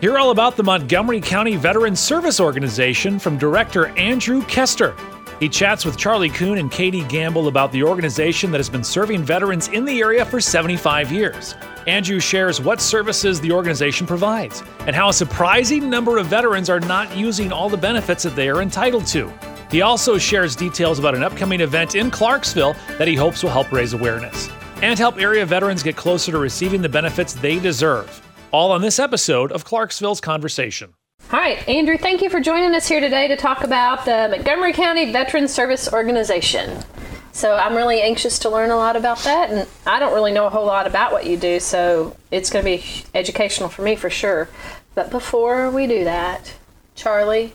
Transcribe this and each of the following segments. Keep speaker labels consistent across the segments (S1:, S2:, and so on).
S1: Hear all about the Montgomery County Veterans Service Organization from director Andrew Kester. He chats with Charlie Kuhn and Katie Gamble about the organization that has been serving veterans in the area for 75 years. Andrew shares what services the organization provides and how a surprising number of veterans are not using all the benefits that they are entitled to. He also shares details about an upcoming event in Clarksville that he hopes will help raise awareness and help area veterans get closer to receiving the benefits they deserve. All on this episode of Clarksville's Conversation.
S2: All right, Andrew, thank you for joining us here today to talk about the Montgomery County Veteran Service Organization. So I'm really anxious to learn a lot about that, and I don't really know a whole lot about what you do, so it's going to be educational for me for sure. But before we do that, Charlie,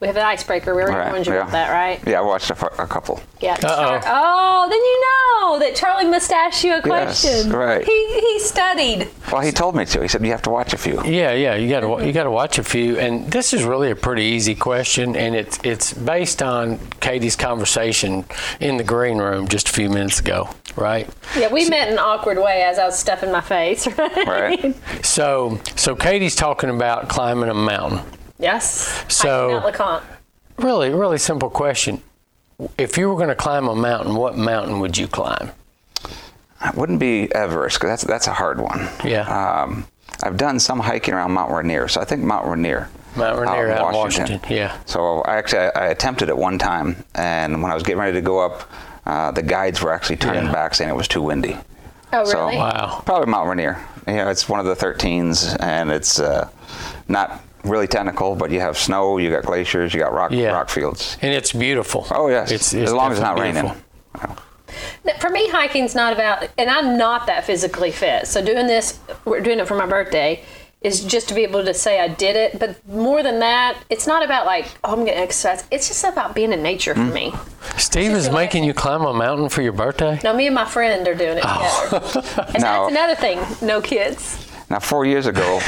S2: we have an icebreaker. We already
S3: All right,
S2: warned you about
S3: yeah.
S2: that, right?
S3: Yeah, I watched a, fu- a couple.
S2: Yeah. Char- oh, then you know that Charlie must ask you a question.
S3: right.
S2: He he studied.
S3: Well, he told me to. He said you have to watch a few.
S4: Yeah, yeah, you got to you got to watch a few, and this is really a pretty easy question, and it's it's based on Katie's conversation in the green room just a few minutes ago, right?
S2: Yeah, we met in an awkward way as I was stuffing my face, right?
S3: Right.
S4: So so Katie's talking about climbing a mountain.
S2: Yes.
S4: So-
S2: Mount LeConte.
S4: Really, really simple question. If you were going to climb a mountain, what mountain would you climb?
S3: It wouldn't be Everest because that's that's a hard one.
S4: Yeah.
S3: Um, I've done some hiking around Mount Rainier, so I think Mount Rainier.
S4: Mount Rainier out in Washington, yeah.
S3: So I actually I, I attempted it one time, and when I was getting ready to go up, uh, the guides were actually turning
S4: Yeah.
S3: back saying it was too windy.
S2: Oh, really?
S3: So
S4: Wow.
S3: probably Mount Rainier. You know, it's one of the 13s, and it's uh, not really technical, but you have snow, you got glaciers, you got rock
S4: Yeah.
S3: rock fields.
S4: And it's beautiful.
S3: Oh yes, as long as it's not
S4: definitely
S3: raining.
S4: beautiful.
S2: Now, For me, hiking's not about, and I'm not that physically fit. So doing this, we're doing it for my birthday, is just to be able to say I did it. But more than that, it's not about like, oh, I'm going to exercise. It's just about being in nature for
S3: Hmm?
S2: me.
S4: Steve is making you climb a mountain for your birthday.
S2: Now, me and my friend are doing it together. and
S3: Oh. Now-
S2: that's another thing no kids.
S3: Now, four years ago,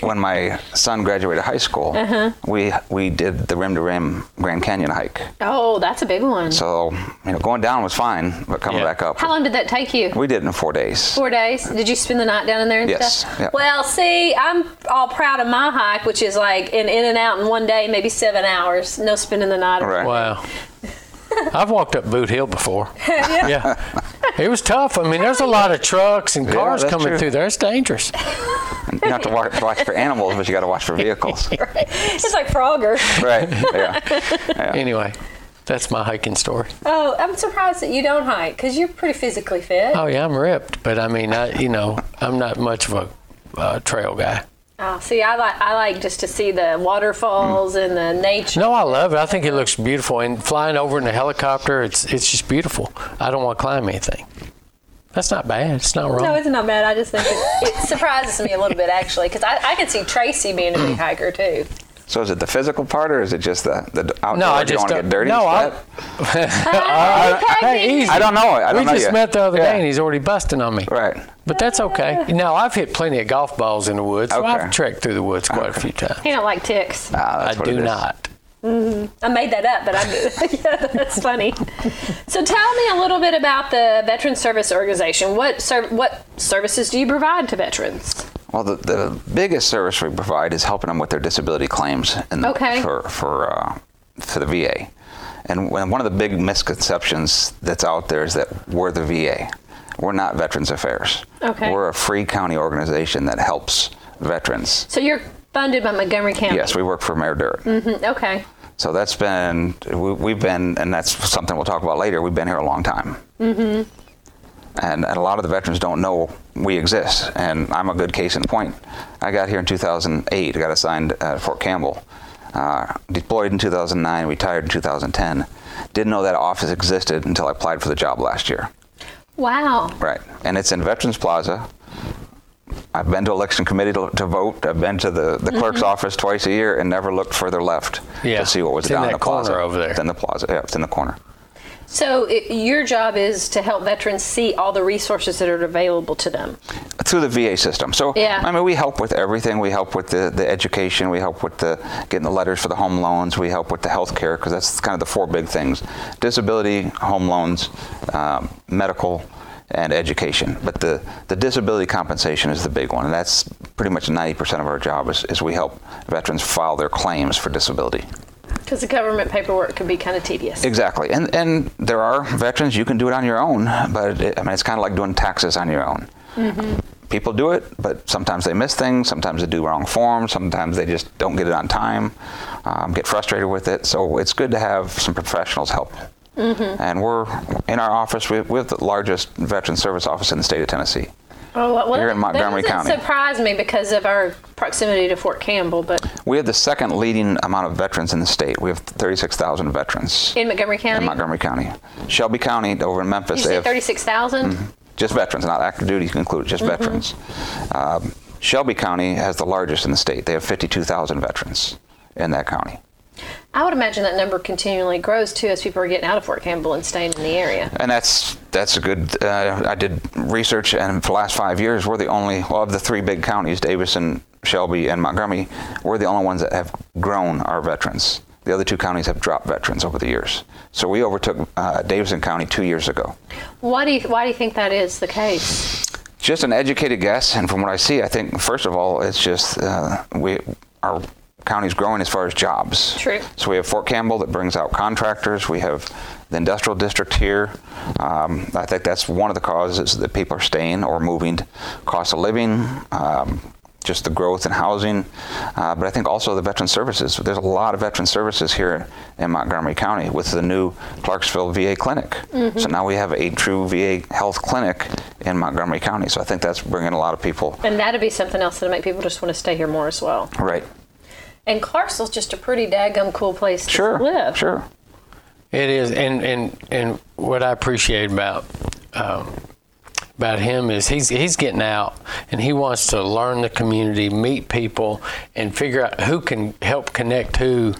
S3: when my son graduated high school,
S4: Uh-huh.
S3: we we did the rim to rim Grand Canyon hike.
S2: Oh, that's a big one.
S3: So you know, going down was fine, but coming
S4: Yeah.
S3: back up,
S2: How long did that take you?
S3: we did it in four days.
S2: Four days. Did you spend the night down in there and
S3: Yes,
S2: stuff?
S3: yeah.
S2: Well, see, I'm all proud of my hike, which is like an in and out in one day, maybe seven hours. No spending the night.
S3: Right.
S4: Wow. I've walked up Boot Hill before. yeah. It was tough. I mean, there's a lot of trucks and
S3: Yeah,
S4: cars
S3: that's
S4: coming
S3: true.
S4: through there. It's dangerous.
S3: And you don't have to watch, watch for animals, but you got to watch for vehicles.
S2: It's like Frogger.
S3: right? Yeah.
S4: Anyway, that's my hiking story.
S2: Oh, I'm surprised that you don't hike because you're pretty physically
S3: Uh-huh.
S2: fit.
S4: Oh yeah, I'm ripped, but I mean, I you know, I'm not much of a uh, trail guy.
S2: Oh, see, I like I like just to see the waterfalls
S3: Mm.
S2: and the nature.
S4: No, I love it. I think it looks beautiful. And flying over in a helicopter, it's it's just beautiful. I don't want to climb anything. That's not bad. It's not wrong.
S2: No, it's not bad. I just think it, it surprises me a little bit actually because I, I can see Tracy being a
S3: Mm.
S2: big hiker too.
S3: So is it the physical part, or is it just the the outdoor?
S4: No, I
S3: do you
S4: just
S3: want to
S4: don't-
S3: get dirty?
S4: no,
S3: and
S4: I-
S3: sweat?
S4: hey, easy.
S3: I don't know. I don't
S4: we
S3: know
S4: just
S3: yet.
S4: met the other
S3: Yeah.
S4: day, and he's already busting on me.
S3: right.
S4: But that's okay. Now I've hit plenty of golf balls in the woods. So
S3: Okay.
S4: I've trekked through the woods quite a few times.
S2: You don't like ticks.
S3: Ah,
S4: I
S3: that's what it
S4: do
S3: is.
S4: not.
S2: I made that up, but I do. yeah, that's funny. So tell me a little bit about the Veteran Service Organization. What ser- what services do you provide to veterans?
S3: Well, the, the biggest service we provide is helping them with their disability claims and
S2: Okay.
S3: for for uh, for the VA. And when- one of the big misconceptions that's out there is that we're the VA. We're not Veterans Affairs.
S2: Okay.
S3: We're a free county organization that helps veterans.
S2: So you're funded by Montgomery County.
S3: Yes, we work for Mayor Dirt.
S2: Mm, Okay.
S3: So that's been we, we've been, and that's something we'll talk about later. We've been here a long time. Mm-hmm. And, and a lot of the veterans don't know we exist. And I'm a good case in point. I got here in 2008. I got assigned at Fort Campbell. Uh, deployed in 2009. Retired in 2010. Didn't know that office existed until I applied for the job last year.
S2: Wow.
S3: Right. And it's in Veterans Plaza. I've been to election committee to, to vote. I've been to the, the clerk's office twice a year and never looked further left
S4: Mm-hmm. Yeah.
S3: to see what was
S4: It's in
S3: down
S4: that
S3: the plaza.
S4: corner over there.
S3: It's in the plaza. Yeah, it's in the corner.
S2: So it, your job is to help veterans see all the resources that are available to them.
S3: Through the VA system. So,
S2: Yeah.
S3: I mean, we help with everything. We help with the, the education. We help with the getting the letters for the home loans. We help with the health care because that's kind of the four big things disability, home loans, um, medical, and education. But the, the disability compensation is the big one. And that's pretty much 90% of our job is, is we help veterans file their claims for disability.
S2: Because the government paperwork can be kind of tedious.
S3: Exactly, and and there are veterans you can do it on your own, but it, I mean it's kind of like doing taxes on your own.
S2: Mm-hmm.
S3: People do it, but sometimes they miss things. Sometimes they do wrong forms. Sometimes they just don't get it on time. Um, get frustrated with it. So it's good to have some professionals help.
S2: Mm-hmm.
S3: And we're in our office. We, we have the largest veteran service office in the state of Tennessee.
S2: Oh, well, well,
S3: You're in Montgomery
S2: that doesn't
S3: County.
S2: surprise me because of our proximity to Fort Campbell, but
S3: We have the second leading amount of veterans in the state. We have 36,000 veterans
S2: in Montgomery County,
S3: in Montgomery County. Shelby County over in Memphis.
S2: you
S3: they
S2: said
S3: have
S2: 36,000?
S3: Mm-hmm. just veterans, not active duty included, just veterans. Um, Shelby County has the largest in the state. They have 52,000 veterans in that county.
S2: I would imagine that number continually grows too as people are getting out of Fort Campbell and staying in the area.
S3: And that's that's a good. Uh, I did research, and for the last five years, we're the only well, of the three big counties, Davison, Shelby, and Montgomery. We're the only ones that have grown our veterans. The other two counties have dropped veterans over the years. So we overtook uh, Davison County two years ago.
S2: Why do you, why do you think that is the case?
S3: Just an educated guess, and from what I see, I think first of all, it's just uh, we our county's growing as far as jobs.
S2: True.
S3: So we have Fort Campbell that brings out contractors. We have the industrial district here. Um, I think that's one of the causes that people are staying or moving. Cost of living, um, just the growth in housing, uh, but I think also the veteran services. There's a lot of veteran services here in Montgomery County with the new Clarksville VA clinic. So now we have a true VA health clinic in Montgomery County. So I think that's bringing a lot of people.
S2: And that'd be something else that'd make people just want to stay here more as well.
S3: Right.
S2: And Clarksville's just a pretty daggum cool place to
S3: Sure.
S2: live.
S3: Sure.
S4: It is, and and and what I appreciate about um, about him is he's he's getting out and he wants to learn the community, meet people, and figure out who can help connect who.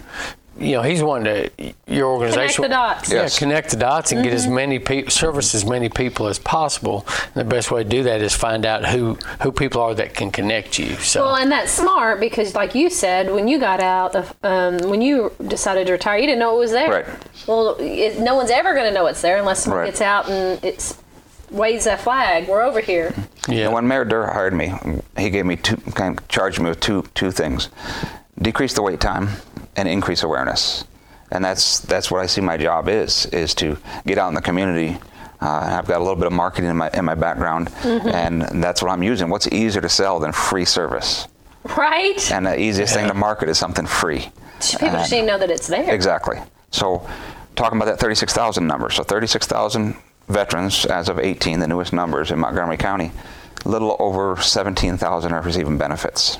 S4: You know, he's wanting to your
S2: Connect
S4: organization
S2: the dots. Mm-hmm.
S3: Yeah.
S4: Yeah,
S3: Yes.
S4: connect the dots and get as many people, service as many people as possible. And the best way to do that is find out who who people are that can connect you. So
S2: Well, and that's smart because, like you said, when you got out, of, um, when you decided to retire, you didn't know it was there.
S3: Right.
S2: Well, it, no one's ever going to know it's there unless someone
S3: Right.
S2: gets out and it's waves a flag. We're over here.
S4: yeah,
S3: And when Mayor Durr hired me, he gave me two, kind of charged me with two, two things: decrease the wait time and increase awareness. And that's that's what I see my job is is to get out in the community. Uh, and I've got a little bit of marketing in my in my background, and that's what I'm using. What's easier to sell than free service?
S2: Right?
S3: And the easiest thing to market is something free.
S2: People just need to know that it's there.
S3: Exactly. So, talking about that 36,000 number. So, 36,000 veterans as of 18, the newest numbers in Montgomery County. Little over 17,000 are receiving benefits.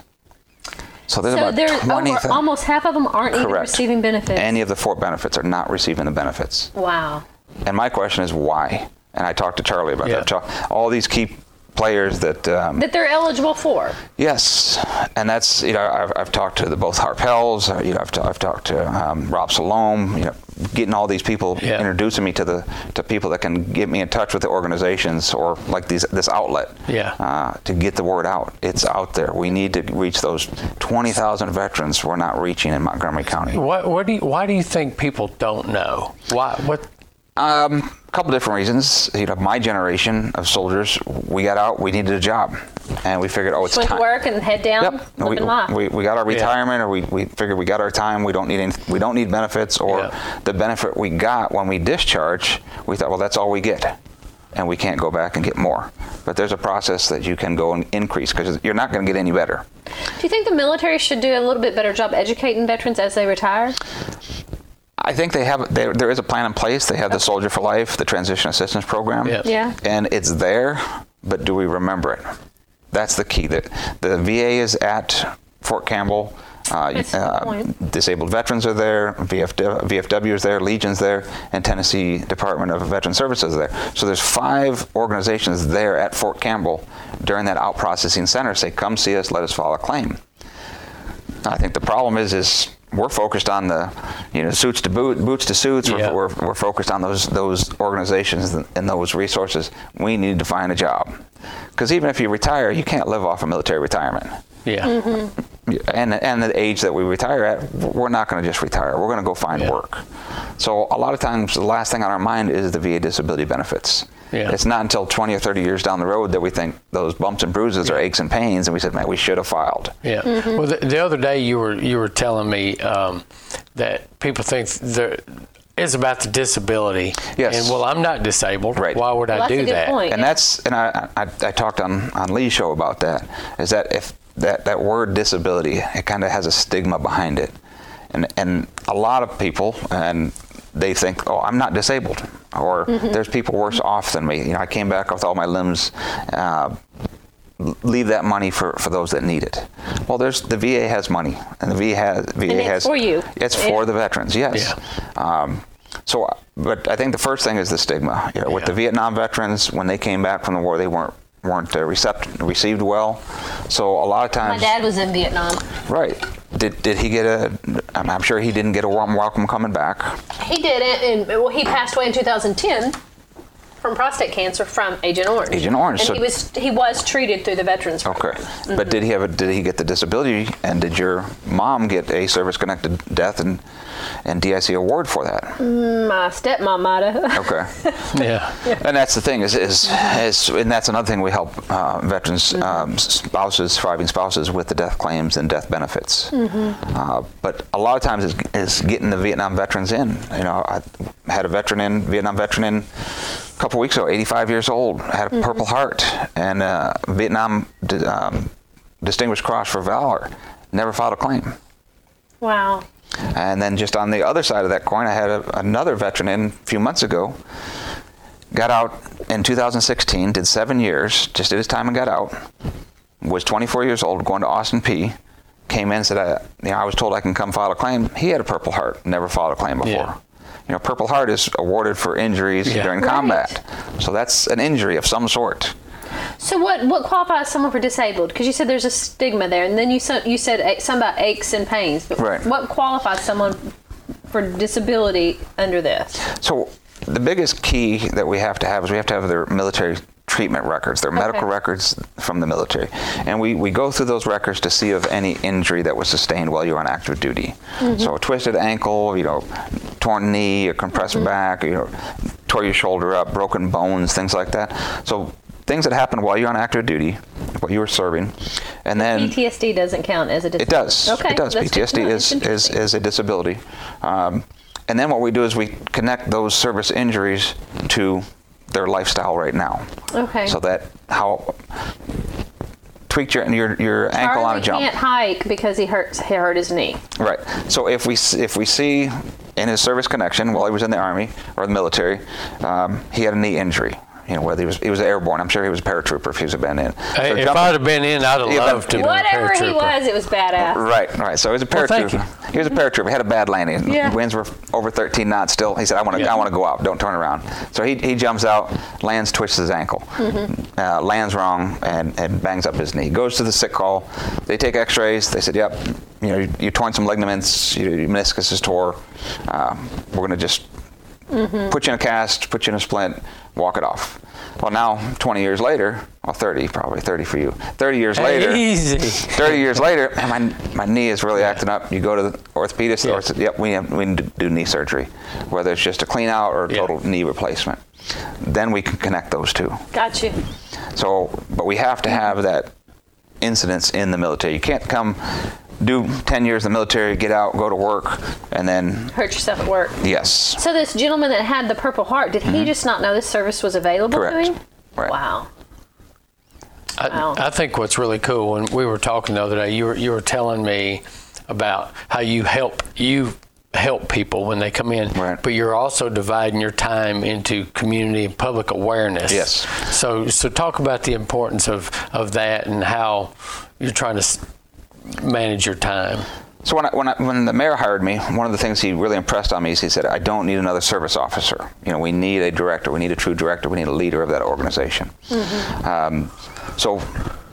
S3: So there's
S2: So
S3: about
S2: there's
S3: 20.
S2: over, almost half of them aren't even
S3: Correct.
S2: receiving benefits.
S3: Any of the four benefits are not receiving the benefits.
S2: wow.
S3: And my question is why? And I talked to Charlie about
S4: Yeah.
S3: that. Char- All these key players that um,
S2: That they're eligible for.
S3: Yes, and that's you know I've, I've talked to the both Harpels, uh, you know I've, t- I've talked to um, Rob Salome, you know getting all these people
S4: Yeah.
S3: introducing me to the to people that can get me in touch with the organizations or like these this outlet
S4: Yeah.
S3: uh, to get the word out. It's out there. We need to reach those twenty thousand veterans we're not reaching in Montgomery County.
S4: what what do you, why do you think people don't know? Why what?
S3: Um, a couple different reasons. You know, my generation of soldiers, we got out, we needed a job, and we figured, oh, it's
S2: Went to
S3: time.
S2: work and head down,
S3: Yep.
S2: living
S3: We,
S2: life.
S3: we, we got our
S4: Yeah.
S3: retirement, or we, we figured we got our time. We don't need any, we don't need benefits, or
S4: Yeah.
S3: the benefit we got when we discharge, we thought, well, that's all we get, and we can't go back and get more. But there's a process that you can go and increase because you're not going to get any better.
S2: do you think the military should do a little bit better job educating veterans as they retire?
S3: I think they have there, there is a plan in place. They have the Soldier for Life, the Transition Assistance Program.
S4: Yeah.
S2: Yeah.
S3: And it's there, but do we remember it? That's the key. That the VA is at Fort Campbell. Uh,
S2: That's a good point.
S3: disabled veterans are there. VFW, VFW is there. Legion's there, and Tennessee Department of Veteran Services is there. So there's five organizations there at Fort Campbell during that out processing center. Say, come see us. Let us file a claim. I think the problem is is we're focused on the you know suits to boot boots to suits.
S4: Yeah.
S3: We're, we're, we're focused on those those organizations and and those resources. We need to find a job because even if you retire, you can't live off of military retirement.
S4: Yeah.
S2: Mm-hmm.
S3: And and the age that we retire at, we're not going to just retire. We're going to go find
S4: Yeah.
S3: work. So a lot of times, the last thing on our mind is the VA disability benefits.
S4: Yeah.
S3: It's not until 20 or 30 years down the road that we think those bumps and bruises are aches and pains, and we said, man, we should have filed.
S4: Yeah.
S2: Mm-hmm.
S4: Well, the, the other day you were you were telling me um, that people think there it's about the disability.
S3: Yes.
S4: And well, I'm not disabled.
S3: Right.
S4: Why would
S2: Well,
S4: I
S2: that's
S4: do
S2: a good
S4: that?
S2: point.
S3: And that's and I, I I talked on on Lee's show about that is that if that that word disability it kind of has a stigma behind it, and and a lot of people and they think oh I'm not disabled or
S2: Mm-hmm.
S3: there's people worse off than me you know I came back with all my limbs. Uh, l- Leave that money for, for those that need it. Well, there's the VA has money, and the VA has VA
S2: it's
S3: has
S2: for you.
S3: It's
S2: It-
S3: for the veterans, yes. Um, so, but I think the first thing is the stigma. You know, With the
S4: Yeah.
S3: Vietnam veterans, when they came back from the war, they weren't weren't uh, recept- received well. So a lot of
S2: My
S3: times,
S2: dad was in Vietnam.
S3: right? Did did he get a? I'm, I'm sure he didn't get a warm welcome coming back.
S2: He did it, and well, he passed away in 2010 from prostate cancer from Agent Orange.
S3: Agent Orange,
S2: And
S3: so- Oh.
S2: he was he was treated through the veterans.
S3: Okay, but did he have a? Did he get the disability? And did your mom get a service connected death and and DIC award for that?
S2: My stepmom might have.
S3: Okay.
S4: Yeah.
S3: And that's the thing is, is, is and that's another thing we help uh, veterans, um, spouses, surviving spouses with the death claims and death benefits. Uh, but a lot of times is, is getting the Vietnam veterans in. You know, I had a veteran in Vietnam veteran in a couple weeks ago, 85 years old, had a Purple Heart and uh, Vietnam di- um, Distinguished Cross for Valor. Never filed a claim.
S2: Wow.
S3: And then just on the other side of that coin, I had a, another veteran in a few months ago. Got out in 2016, did seven years, just did his time and got out. Was 24 years old, going to Austin P. Came in, said, I, you know, I was told I can come file a claim. He had a Purple Heart, never filed a claim before.
S4: Yeah.
S3: You know, Purple Heart is awarded for injuries
S4: Yeah.
S3: during
S2: Right.
S3: combat. So that's an injury of some sort.
S2: So what what qualifies someone for disabled? Because you said there's a stigma there, and then you said you said a- something about aches and pains. But
S3: Right.
S2: What qualifies someone for disability under this?
S3: So the biggest key that we have to have is we have to have their military treatment records, their medical records from the military. And we, we go through those records to see of any injury that was sustained while you were on active duty. So a twisted ankle, you know, torn knee, a compressed back, you know, tore your shoulder up, broken bones, things like that. So things that happened while you're on active duty, while you were serving, and then
S2: PTSD doesn't count as a disability.
S3: it does.
S2: Okay.
S3: It does.
S2: that's good to
S3: PTSD
S2: know.
S3: is,
S2: That's
S3: is,
S2: interesting.
S3: is a disability. Um, and then what we do is we connect those service injuries to their lifestyle right now.
S2: Okay.
S3: So that how tweaked your your, your ankle on a
S2: Charlie
S3: jump.
S2: can't hike because he hurts he hurt his knee.
S3: Right. So if we s- if we see in his service connection while he was in the army or the military, um, he had a knee injury. You know whether he was he was airborne. I'm sure he was a paratrooper if he's been in. So
S4: Hey, if
S3: jumping-
S4: I'd have been in, I'd have
S3: Yeah, but-
S4: loved to. have been a
S2: Whatever he
S4: paratrooper.
S2: was, it was badass.
S3: Right, right. So he was a
S4: Well, thank
S3: paratrooper. he was a paratrooper. He had a bad landing.
S2: Yeah.
S3: Winds were over 13 knots still. He said, I want to
S4: Yeah.
S3: I want to go out. Don't turn around. So he, he jumps out, lands, twists his ankle,
S4: Mm-hmm.
S3: uh, lands wrong, and, and bangs up his knee. Goes to the sick call. They take x rays. They said, Yep, you know, you, you torn some ligaments, your, your meniscus is tore. Uh, we're going to just
S4: Mm-hmm.
S3: put you in a cast, put you in a splint, walk it off. Well, now, 20 years later, well, 30 probably, 30 for you. 30 years later.
S4: Easy.
S3: 30 years later, man, my, my knee is really acting up. You go to the orthopedist, the
S4: Yeah.
S3: ortho- yep, we, have, we need to do knee surgery, whether it's just a clean out or a
S4: Yeah.
S3: total knee replacement. Then we can connect those two.
S2: Got you.
S3: So, but we have to have that incidence in the military. You can't come do 10 years in the military, get out, go to work, and then,
S2: Hurt yourself at work.
S3: yes,
S2: So this gentleman that had the Purple Heart, did he just not know this service was available
S3: Mm-hmm. Correct.
S2: to him?
S3: Right.
S2: Wow. Wow.
S4: I, I think what's really cool when we were talking the other day, you were you were telling me about how you help you help people when they come in,
S3: Right.
S4: but you're also dividing your time into community and public awareness.
S3: Yes.
S4: So so talk about the importance of of that and how you're trying to s- manage your time.
S3: So when I, when I, when the mayor hired me, one of the things he really impressed on me is he said, "I don't need another service officer. You know, we need a director. We need a true director. We need a leader of that organization." Um, so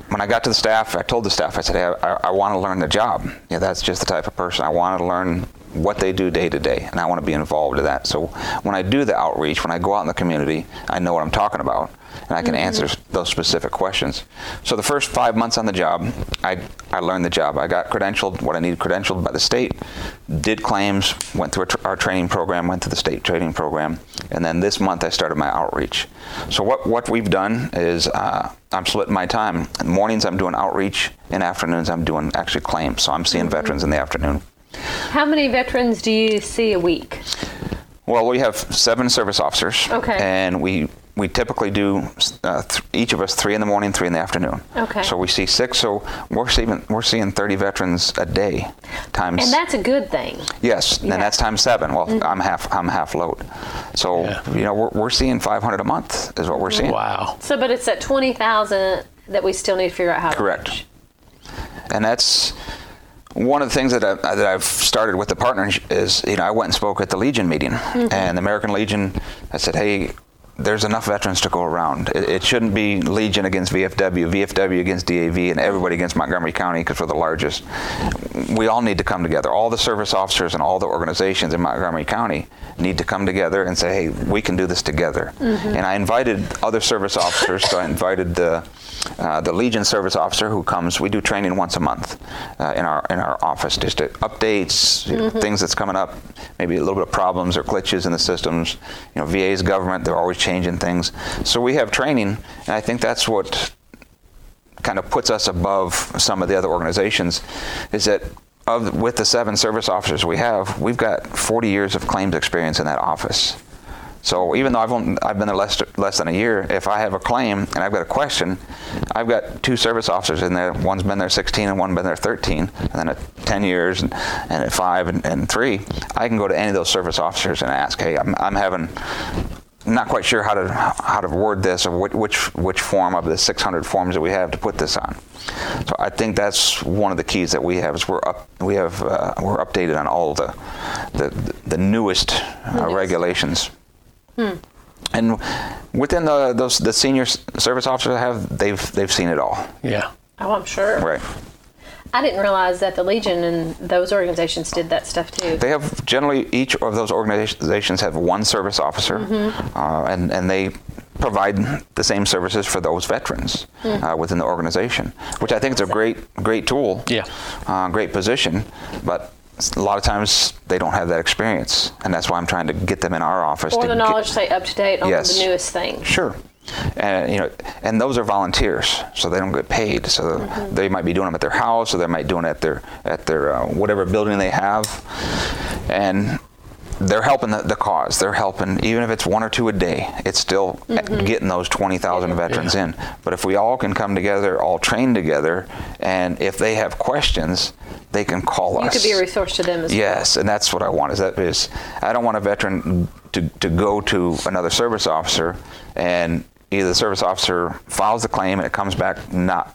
S3: when I got to the staff, I told the staff, I said, hey, I, I want to learn the job. Yeah, that's just the type of person I want to learn what they do day to day, and I want to be involved in that. So when I do the outreach, when I go out in the community, I know what I'm talking about, and I can answer s- those specific questions. So the first five months on the job, I, I learned the job. I got credentialed, what I needed credentialed by the state, did claims, went through a tr- our training program, went through the state training program, and then this month I started my outreach. So what, what we've done is uh, I'm splitting my time. In mornings I'm doing outreach, and afternoons I'm doing actually claims. So I'm
S2: Mm-hmm.
S3: seeing veterans in the afternoon.
S2: How many veterans do you see a week?
S3: Well, we have seven service officers.
S2: Okay.
S3: And we we typically do uh, th- each of us three in the morning, three in the afternoon.
S2: Okay.
S3: So we see six. So we're seeing we're seeing 30 veterans a day, times.
S2: And that's a good thing.
S3: yes.
S2: yeah.
S3: And that's times seven. Well, I'm half I'm half load. So
S4: Yeah.
S3: you know we're, we're seeing 500 a month is what we're seeing.
S4: Wow.
S2: So, but it's at 20,000 that we still need to figure out how to
S3: Correct.
S2: reach.
S3: and that's one of the things that, I, that I've started with the partners is, you know, I went and spoke at the Legion meeting, and the American Legion. I said, hey, there's enough veterans to go around. It, it shouldn't be Legion against VFW, VFW against DAV, and everybody against Montgomery County because we're the largest. We all need to come together. All the service officers and all the organizations in Montgomery County need to come together and say, hey, we can do this together. And I invited other service officers. so I invited the uh, the Legion service officer who comes. We do training once a month uh, in our in our office, just to updates, you know, things that's coming up, maybe a little bit of problems or glitches in the systems. You know, VA's government, they're always changing things. So we have training, and I think that's what kind of puts us above some of the other organizations is that of with the seven service officers we have, we've got 40 years of claims experience in that office. So even though I've, only, I've been there less, less than a year, if I have a claim and I've got a question, I've got two service officers in there. One's been there 16 and one been there 13, and then at 10 years and, and at five and, and three, I can go to any of those service officers and ask, hey, I'm, I'm having not quite sure how to how to word this or which which, which form of the 600 forms that we have to put this on. So I think that's one of the keys that we have is we're up we have uh, we're updated on all the the the newest uh, regulations. And within the those the senior s- service officers I have they've they've seen it all.
S4: Yeah.
S2: Oh, I'm sure.
S3: Right.
S2: I didn't realize that the Legion and those organizations did that stuff too.
S3: They have generally each of those organizations have one service officer,
S2: Mm-hmm.
S3: uh, and and they provide the same services for those veterans
S2: Mm.
S3: uh, within the organization, which I think is a great great tool,
S4: Yeah.
S3: uh, great position, but. A lot of times they don't have that experience, and that's why I'm trying to get them in our office.
S2: or
S3: to
S2: the
S3: get-
S2: knowledge stay up to date on
S3: Yes.
S2: the newest things.
S3: Sure. And you know, and those are volunteers, so they don't get paid. So
S2: Mm-hmm.
S3: they might be doing them at their house, or they might doing it at their at their uh, whatever building they have, and they're helping the, the cause. They're helping, even if it's one or two a day, it's still
S2: Mm-hmm.
S3: getting those twenty thousand veterans in. But if we all can come together, all train together, and if they have questions, they can call
S2: You
S3: us.
S2: could be a resource to them as
S3: Yes, and that's what I want. Is that is I don't want a veteran to, to go to another service officer, and either the service officer files the claim and it comes back not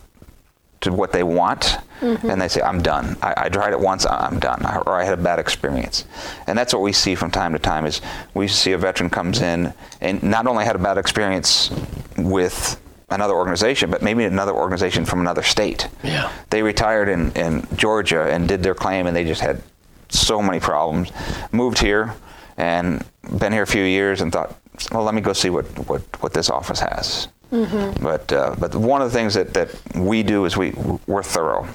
S3: to what they want, and they say, "I'm done. I, I tried it once. I- I'm done," I- or "I had a bad experience." And that's what we see from time to time. Is we see a veteran comes in and not only had a bad experience with another organization, but maybe another organization from another state
S4: Yeah.
S3: they retired in, in Georgia and did their claim, and they just had so many problems. Moved here and been here a few years and thought, well, let me go see what, what, what this office has. But, uh, but one of the things that, that we do is we, we're thorough.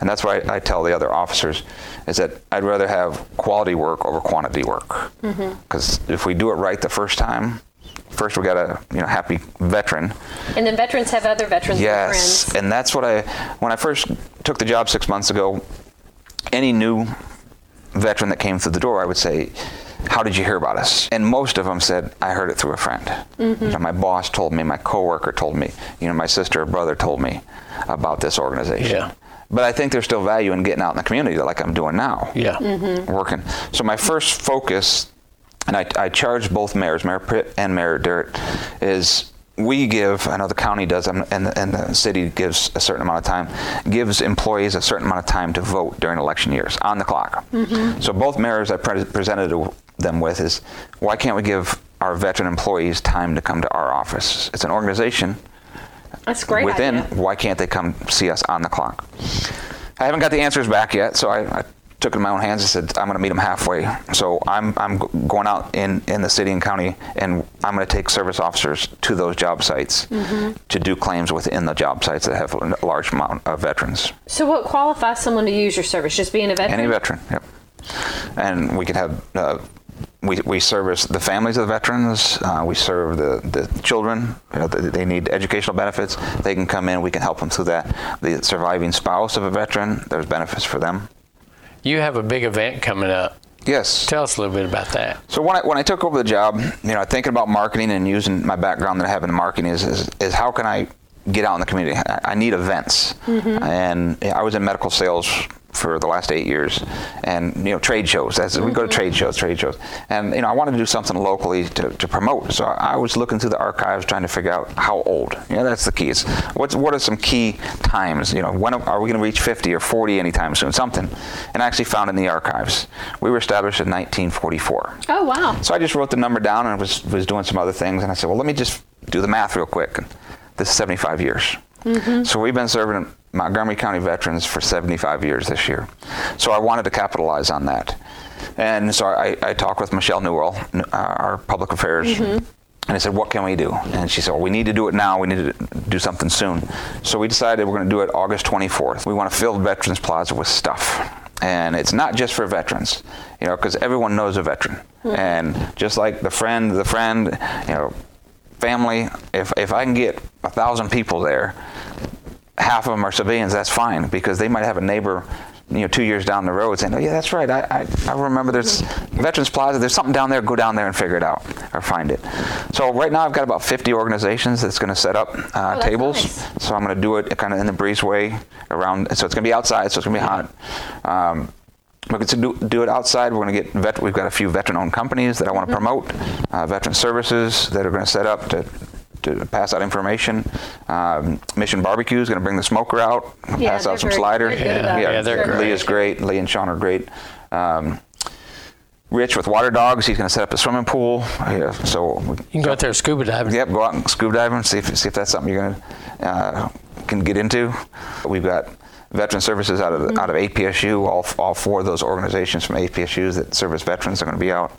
S3: And that's why I, tell the other officers is that I'd rather have quality work over quantity work. Because if we do it right the first time, first we got a you know happy veteran,
S2: well. And then veterans have other veterans and
S3: Yes,
S2: friends.
S3: and that's what I when I first took the job six months ago. Any new veteran that came through the door, I would say, "How did you hear about us?" And most of them said, "I heard it through a friend.
S2: Mm-hmm.
S3: You know, my boss told me, my coworker told me, you know, my sister or brother told me about this organization."
S4: Yeah.
S3: But I think there's still value in getting out in the community, like I'm doing now
S4: Yeah.
S3: Mm-hmm. working. So my first focus, and I, I charge both mayors, Mayor Pitt and Mayor Dirt, is we give. I know the county does, and and the, and the city gives a certain amount of time, gives employees a certain amount of time to vote during election years on the clock. So both mayors I pre- presented to them with is why can't we give our veteran employees time to come to our office? It's an organization.
S2: That's a great
S3: within,
S2: idea.
S3: why can't they come see us on the clock? I haven't got the answers back yet, so I, I took it in my own hands and said I'm going to meet them halfway. So I'm I'm g- going out in in the city and county, and I'm going to take service officers to those job sites
S2: Mm-hmm.
S3: to do claims within the job sites that have a large amount of veterans.
S2: So, what qualifies someone to use your service? Just being a veteran?
S3: Any veteran, yep. And we could have, uh, we, we service the families of the veterans, uh, we serve the, the children, you know, they, they need educational benefits. They can come in, we can help them through that. The surviving spouse of a veteran, there's benefits for them.
S4: You have a big event coming up.
S3: Yes.
S4: Tell us a little bit about that.
S3: So when I, when I took over the job, you know, thinking about marketing and using my background that I have in marketing is, is, is how can I get out in the community? I, I need events. And yeah, I was in medical sales for the last eight years and, you know, trade shows. That's, We go to trade shows, trade shows. And, you know, I wanted to do something locally to, to promote. So I I was looking through the archives trying to figure out how old. You know, that's the key. It's what's, what are some key times? You know, when are- are we going to reach 50 or 40 anytime soon? Something. And I actually found in the archives. We were established in 1944.
S2: Oh, wow.
S3: So I just wrote the number down and was was doing some other things, and I said, well, let me just do the math real quick. And This is 75 years. So we've been serving Montgomery County veterans for 75 years this year. So I wanted to capitalize on that, and so I, I talked with Michelle Newell, n- uh, our public affairs. And I said, what can we do? And she said, well, we need to do it now. We need to do something soon. So we decided we're going to do it August 24th. We want to fill Veterans Plaza with stuff and it's not just for veterans, you know, because everyone knows a veteran, and just like the friend, the friend, you know, family. If if I can get a thousand people there, half of them are civilians. That's fine because they might have a neighbor. You know, two years down the road, saying, "Oh yeah, that's right. I, I, I remember there's Veterans Plaza. There's something down there. Go down there and figure it out or find it." So right now, I've got about 50 organizations that's going to set up uh,
S2: Oh, that's
S3: tables.
S2: nice.
S3: So I'm going to do it kind of in the breezeway around. So it's going to be outside. So it's going to be hot. Um, we're going to do, do it outside. We're going to get vet. We've got a few veteran-owned companies that I
S2: Mm-hmm.
S3: want to promote, uh, veteran services that are going to set up to. To pass out information, um, Mission Barbecue is going to bring the smoker out,
S2: Yeah,
S3: pass
S2: they're
S3: out some
S2: very-
S3: sliders.
S2: they're good about
S4: Yeah, they're
S3: Lee
S4: great.
S3: is great. Lee and Sean are great. Um, Rich with Water Dogs, he's going to set up a swimming pool. Yeah, so
S4: You can go out there scuba diving.
S3: Yep, go out and scuba diving, see if, see if that's something you're gonna uh, can get into. We've got veteran services out of
S2: Mm-hmm.
S3: the out of APSU. All, f- all four of those organizations from APSUs that service veterans are going to be out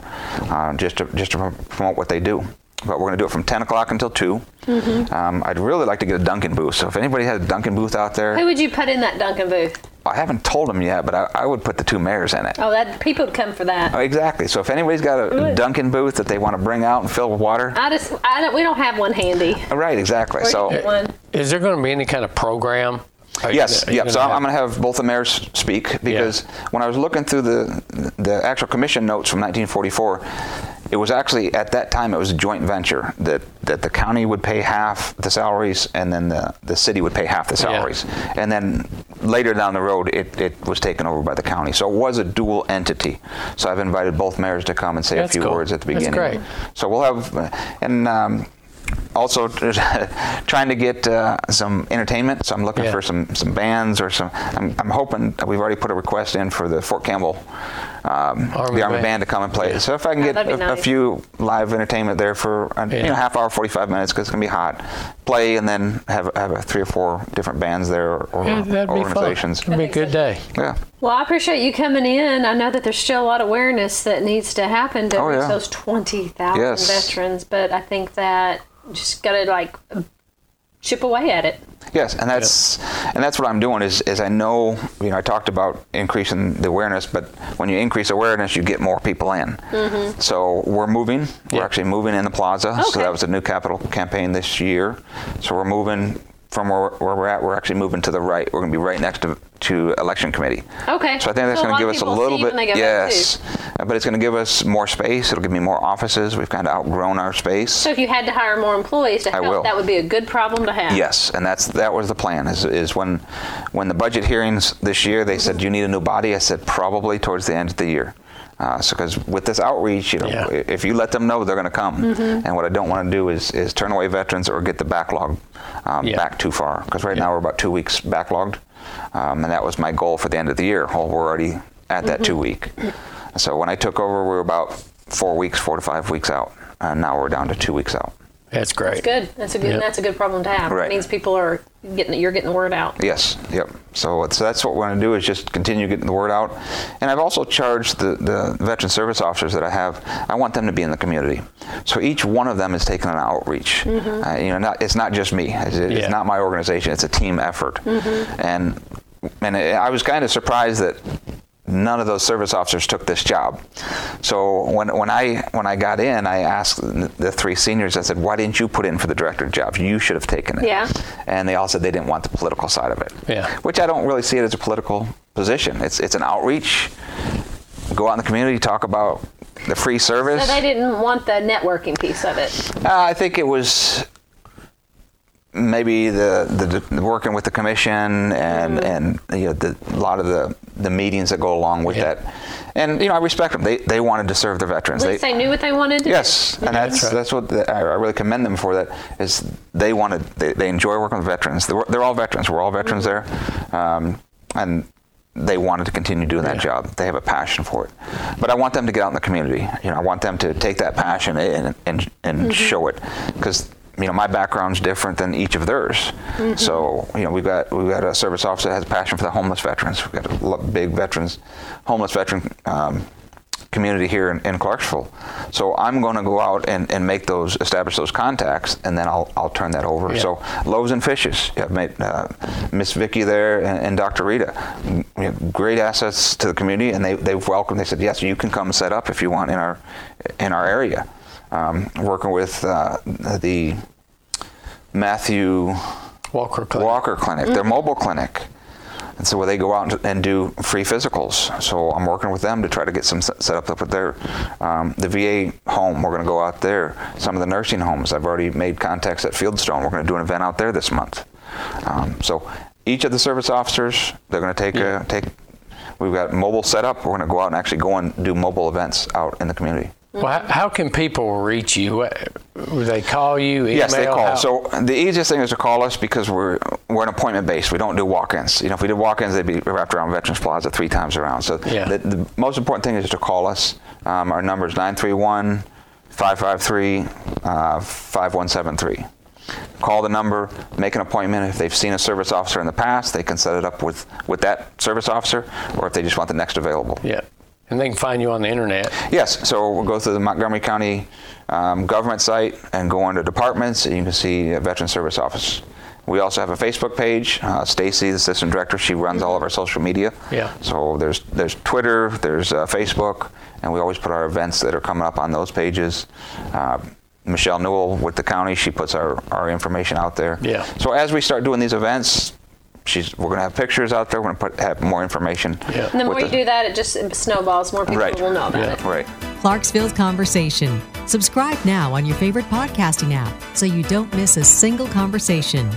S3: uh, just to just to prom- promote what they do. But we're going to do it from 10 o'clock until 2
S2: Mm-hmm.
S3: Um, I'd really like to get a Dunkin' booth. So if anybody has a Dunkin' booth out there,
S2: Who would you put in that Duncan booth?
S3: I haven't told them yet, but I, I would put the two mayors in it.
S2: Oh, that people would come for that.
S3: Exactly. So if anybody's got a
S2: Good.
S3: Dunkin' booth that they want to bring out and fill with water,
S2: I just, I don't, we don't have one handy.
S3: right? Exactly.
S2: Where
S3: So
S2: you get one?
S4: Is there going to be any kind of program? Are you
S3: Yes,
S4: gonna- are you
S3: yep. So I'm, I'm
S4: have-
S3: going to have both the mayors speak because when I was looking through the the actual commission notes from 1944, it was actually at that time it was a joint venture that that the county would pay half the salaries and then the the city would pay half the salaries, and then later down the road it, it was taken over by the county. So it was a dual entity. So I've invited both mayors to come and say a
S4: That's
S3: few
S4: cool.
S3: words at the
S4: That's
S3: beginning.
S4: great.
S3: So we'll have, and um, also trying to get uh, some entertainment. So I'm looking
S4: Yeah.
S3: for some some bands or some. I'm, I'm hoping we've already put a request in for the Fort Campbell um,
S4: Army
S3: the Army
S4: band.
S3: band. to come and play. So if I can
S2: Oh,
S3: get
S2: that'd
S3: a,
S2: be
S3: a
S2: nice.
S3: few live entertainment there for a you
S4: Yeah.
S3: know, half hour, 45 minutes, because it's gonna be hot. Play and then have have a three or four different bands there or
S4: Yeah, that'd be fun.
S3: organizations.
S4: It'd be a good day.
S3: Yeah.
S2: Well, I appreciate you coming in. I know that there's still a lot of awareness that needs to happen to
S3: Oh,
S2: reach
S3: yeah.
S2: those 20,000
S3: Yes.
S2: veterans, but I think that just got to like chip away at it.
S3: Yes, and that's and that's what I'm doing is is I know you know I talked about increasing the awareness, but when you increase awareness, you get more people in. So we're moving. We're
S4: Yeah.
S3: actually moving in the plaza. So
S2: Mm-hmm. Okay.
S3: that was a new capital campaign this year. So we're moving from where, where we're at. We're actually moving to the right. We're going to be right next to to election committee.
S2: Okay.
S3: So I think that's
S2: So a
S3: going
S2: lot
S3: to give
S2: of
S3: us a
S2: people
S3: little
S2: see
S3: bit.
S2: when they go back,
S3: yes, Uh, but it's going to give us more space. It'll give me more offices. We've kind of outgrown our space.
S2: So if you had to hire more employees to
S3: I
S2: help,
S3: will.
S2: that would be a good problem to have.
S3: Yes, and that's that was the plan. Is, is when when the budget hearings this year, they said "Do you need a new body. I said probably towards the end of the year. Uh, so because with this outreach, you know,
S4: Yeah.
S3: i- if you let them know, they're going to come. And what I don't want to do is is turn away veterans or get the backlog um,
S4: Yeah.
S3: back too far. Because right now we're about two weeks backlogged, um, and that was my goal for the end of the year. Oh, we're already at that two week. So when I took over, we were about four weeks, four to five weeks out, and now we're down to two weeks out.
S4: That's great.
S2: Good. That's a good.
S4: Yeah.
S2: That's a good problem to have.
S3: Right.
S2: It means people are getting. You're getting the word out.
S3: Yes. Yep. So it's, that's what we're going to do is just continue getting the word out. And I've also charged the, the veteran service officers that I have. I want them to be in the community. So each one of them is taking an outreach. Uh, you know, not, it's not just me. It's, it's
S4: Yeah.
S3: not my organization. It's a team effort. And and I was kind of surprised that none of those service officers took this job. So when, when I when I got in, I asked the the three seniors. I said, "Why didn't you put in for the director job? You should have taken it."
S2: Yeah.
S3: and they all said they didn't want the political side of it.
S4: Yeah.
S3: Which I don't really see it as a political position. It's it's an outreach. Go out in the community, talk about the free service.
S2: So they didn't want the networking piece of it.
S3: Uh, I think it was maybe the, the, the working with the commission and
S2: Mm-hmm.
S3: and you know the, a lot of the, the meetings that go along with
S4: Yeah.
S3: that. And you know I respect them. They they wanted to serve their veterans.
S2: At least
S3: They-
S2: they knew what they wanted to do.
S3: Yes, and that's
S4: right.
S3: that's what the, I I really commend them for. That is, they wanted they, they enjoy working with veterans. They're, they're all veterans. We're all veterans
S2: Mm-hmm.
S3: there, um, and they wanted to continue doing that
S4: Yeah.
S3: job. They have a passion for it, but I want them to get out in the community. You know, I want them to take that passion and and and
S2: Mm-hmm.
S3: show it because. You know, my background's different than each of theirs.
S2: Mm-hmm.
S3: So, you know, we've got we've got a service officer that has a passion for the homeless veterans. We've got a lo- big veterans, homeless veteran um, community here in, in Clarksville. So I'm going to go out and, and make those, establish those contacts, and then I'll, I'll turn that over.
S4: Yeah.
S3: So Loaves and Fishes, yeah, made, uh, Miss Vicky there and, and Dr. Rita, m- you know, great assets to the community, and they, they've welcomed, they said, yes, you can come set up if you want in our, in our area. Um, working with uh, the Matthew
S4: Walker Clay.
S3: Walker Clinic, their mobile clinic. And so where they go out and- and do free physicals. So I'm working with them to try to get some set set up with their um, the VA home. We're going to go out there. Some of the nursing homes. I've already made contacts at Fieldstone. We're going to do an event out there this month. Um, so each of the service officers, they're going to take a take. We've got mobile set up. We're going to go out and actually go and do mobile events out in the community.
S4: Well, how, how can people reach you? What, will they call you? Email?
S3: Yes, they call.
S4: How-
S3: So the easiest thing is to call us because we're we're an appointment based. We don't do walk-ins. You know, if we did walk-ins, they'd be wrapped around Veterans Plaza three times around. So
S4: Yeah.
S3: the, the most important thing is to call us. Um, our number is 931 553 uh, 5173. Call the number, make an appointment. If they've seen a service officer in the past, they can set it up with, with that service officer, or if they just want the next available.
S4: yeah, and they can find you on the internet.
S3: Yes, so we'll go through the Montgomery County um, government site and go under departments, and you can see uh, Veteran Service Office. We also have a Facebook page. Uh, Stacy, the assistant director, she runs all of our social media.
S4: Yeah.
S3: So there's there's Twitter, there's uh, Facebook, and we always put our events that are coming up on those pages. Uh, Michelle Newell with the county, she puts our, our information out there.
S4: Yeah.
S3: So as we start doing these events, she's we're gonna have pictures out there. We're gonna put have more information.
S4: Yeah.
S2: And the more
S3: with
S2: you do that, it just it snowballs. More people
S3: Right.
S2: will know about
S4: Yeah.
S2: it.
S3: Right.
S5: Clarksville's Conversation. Subscribe now on your favorite podcasting app so you don't miss a single conversation.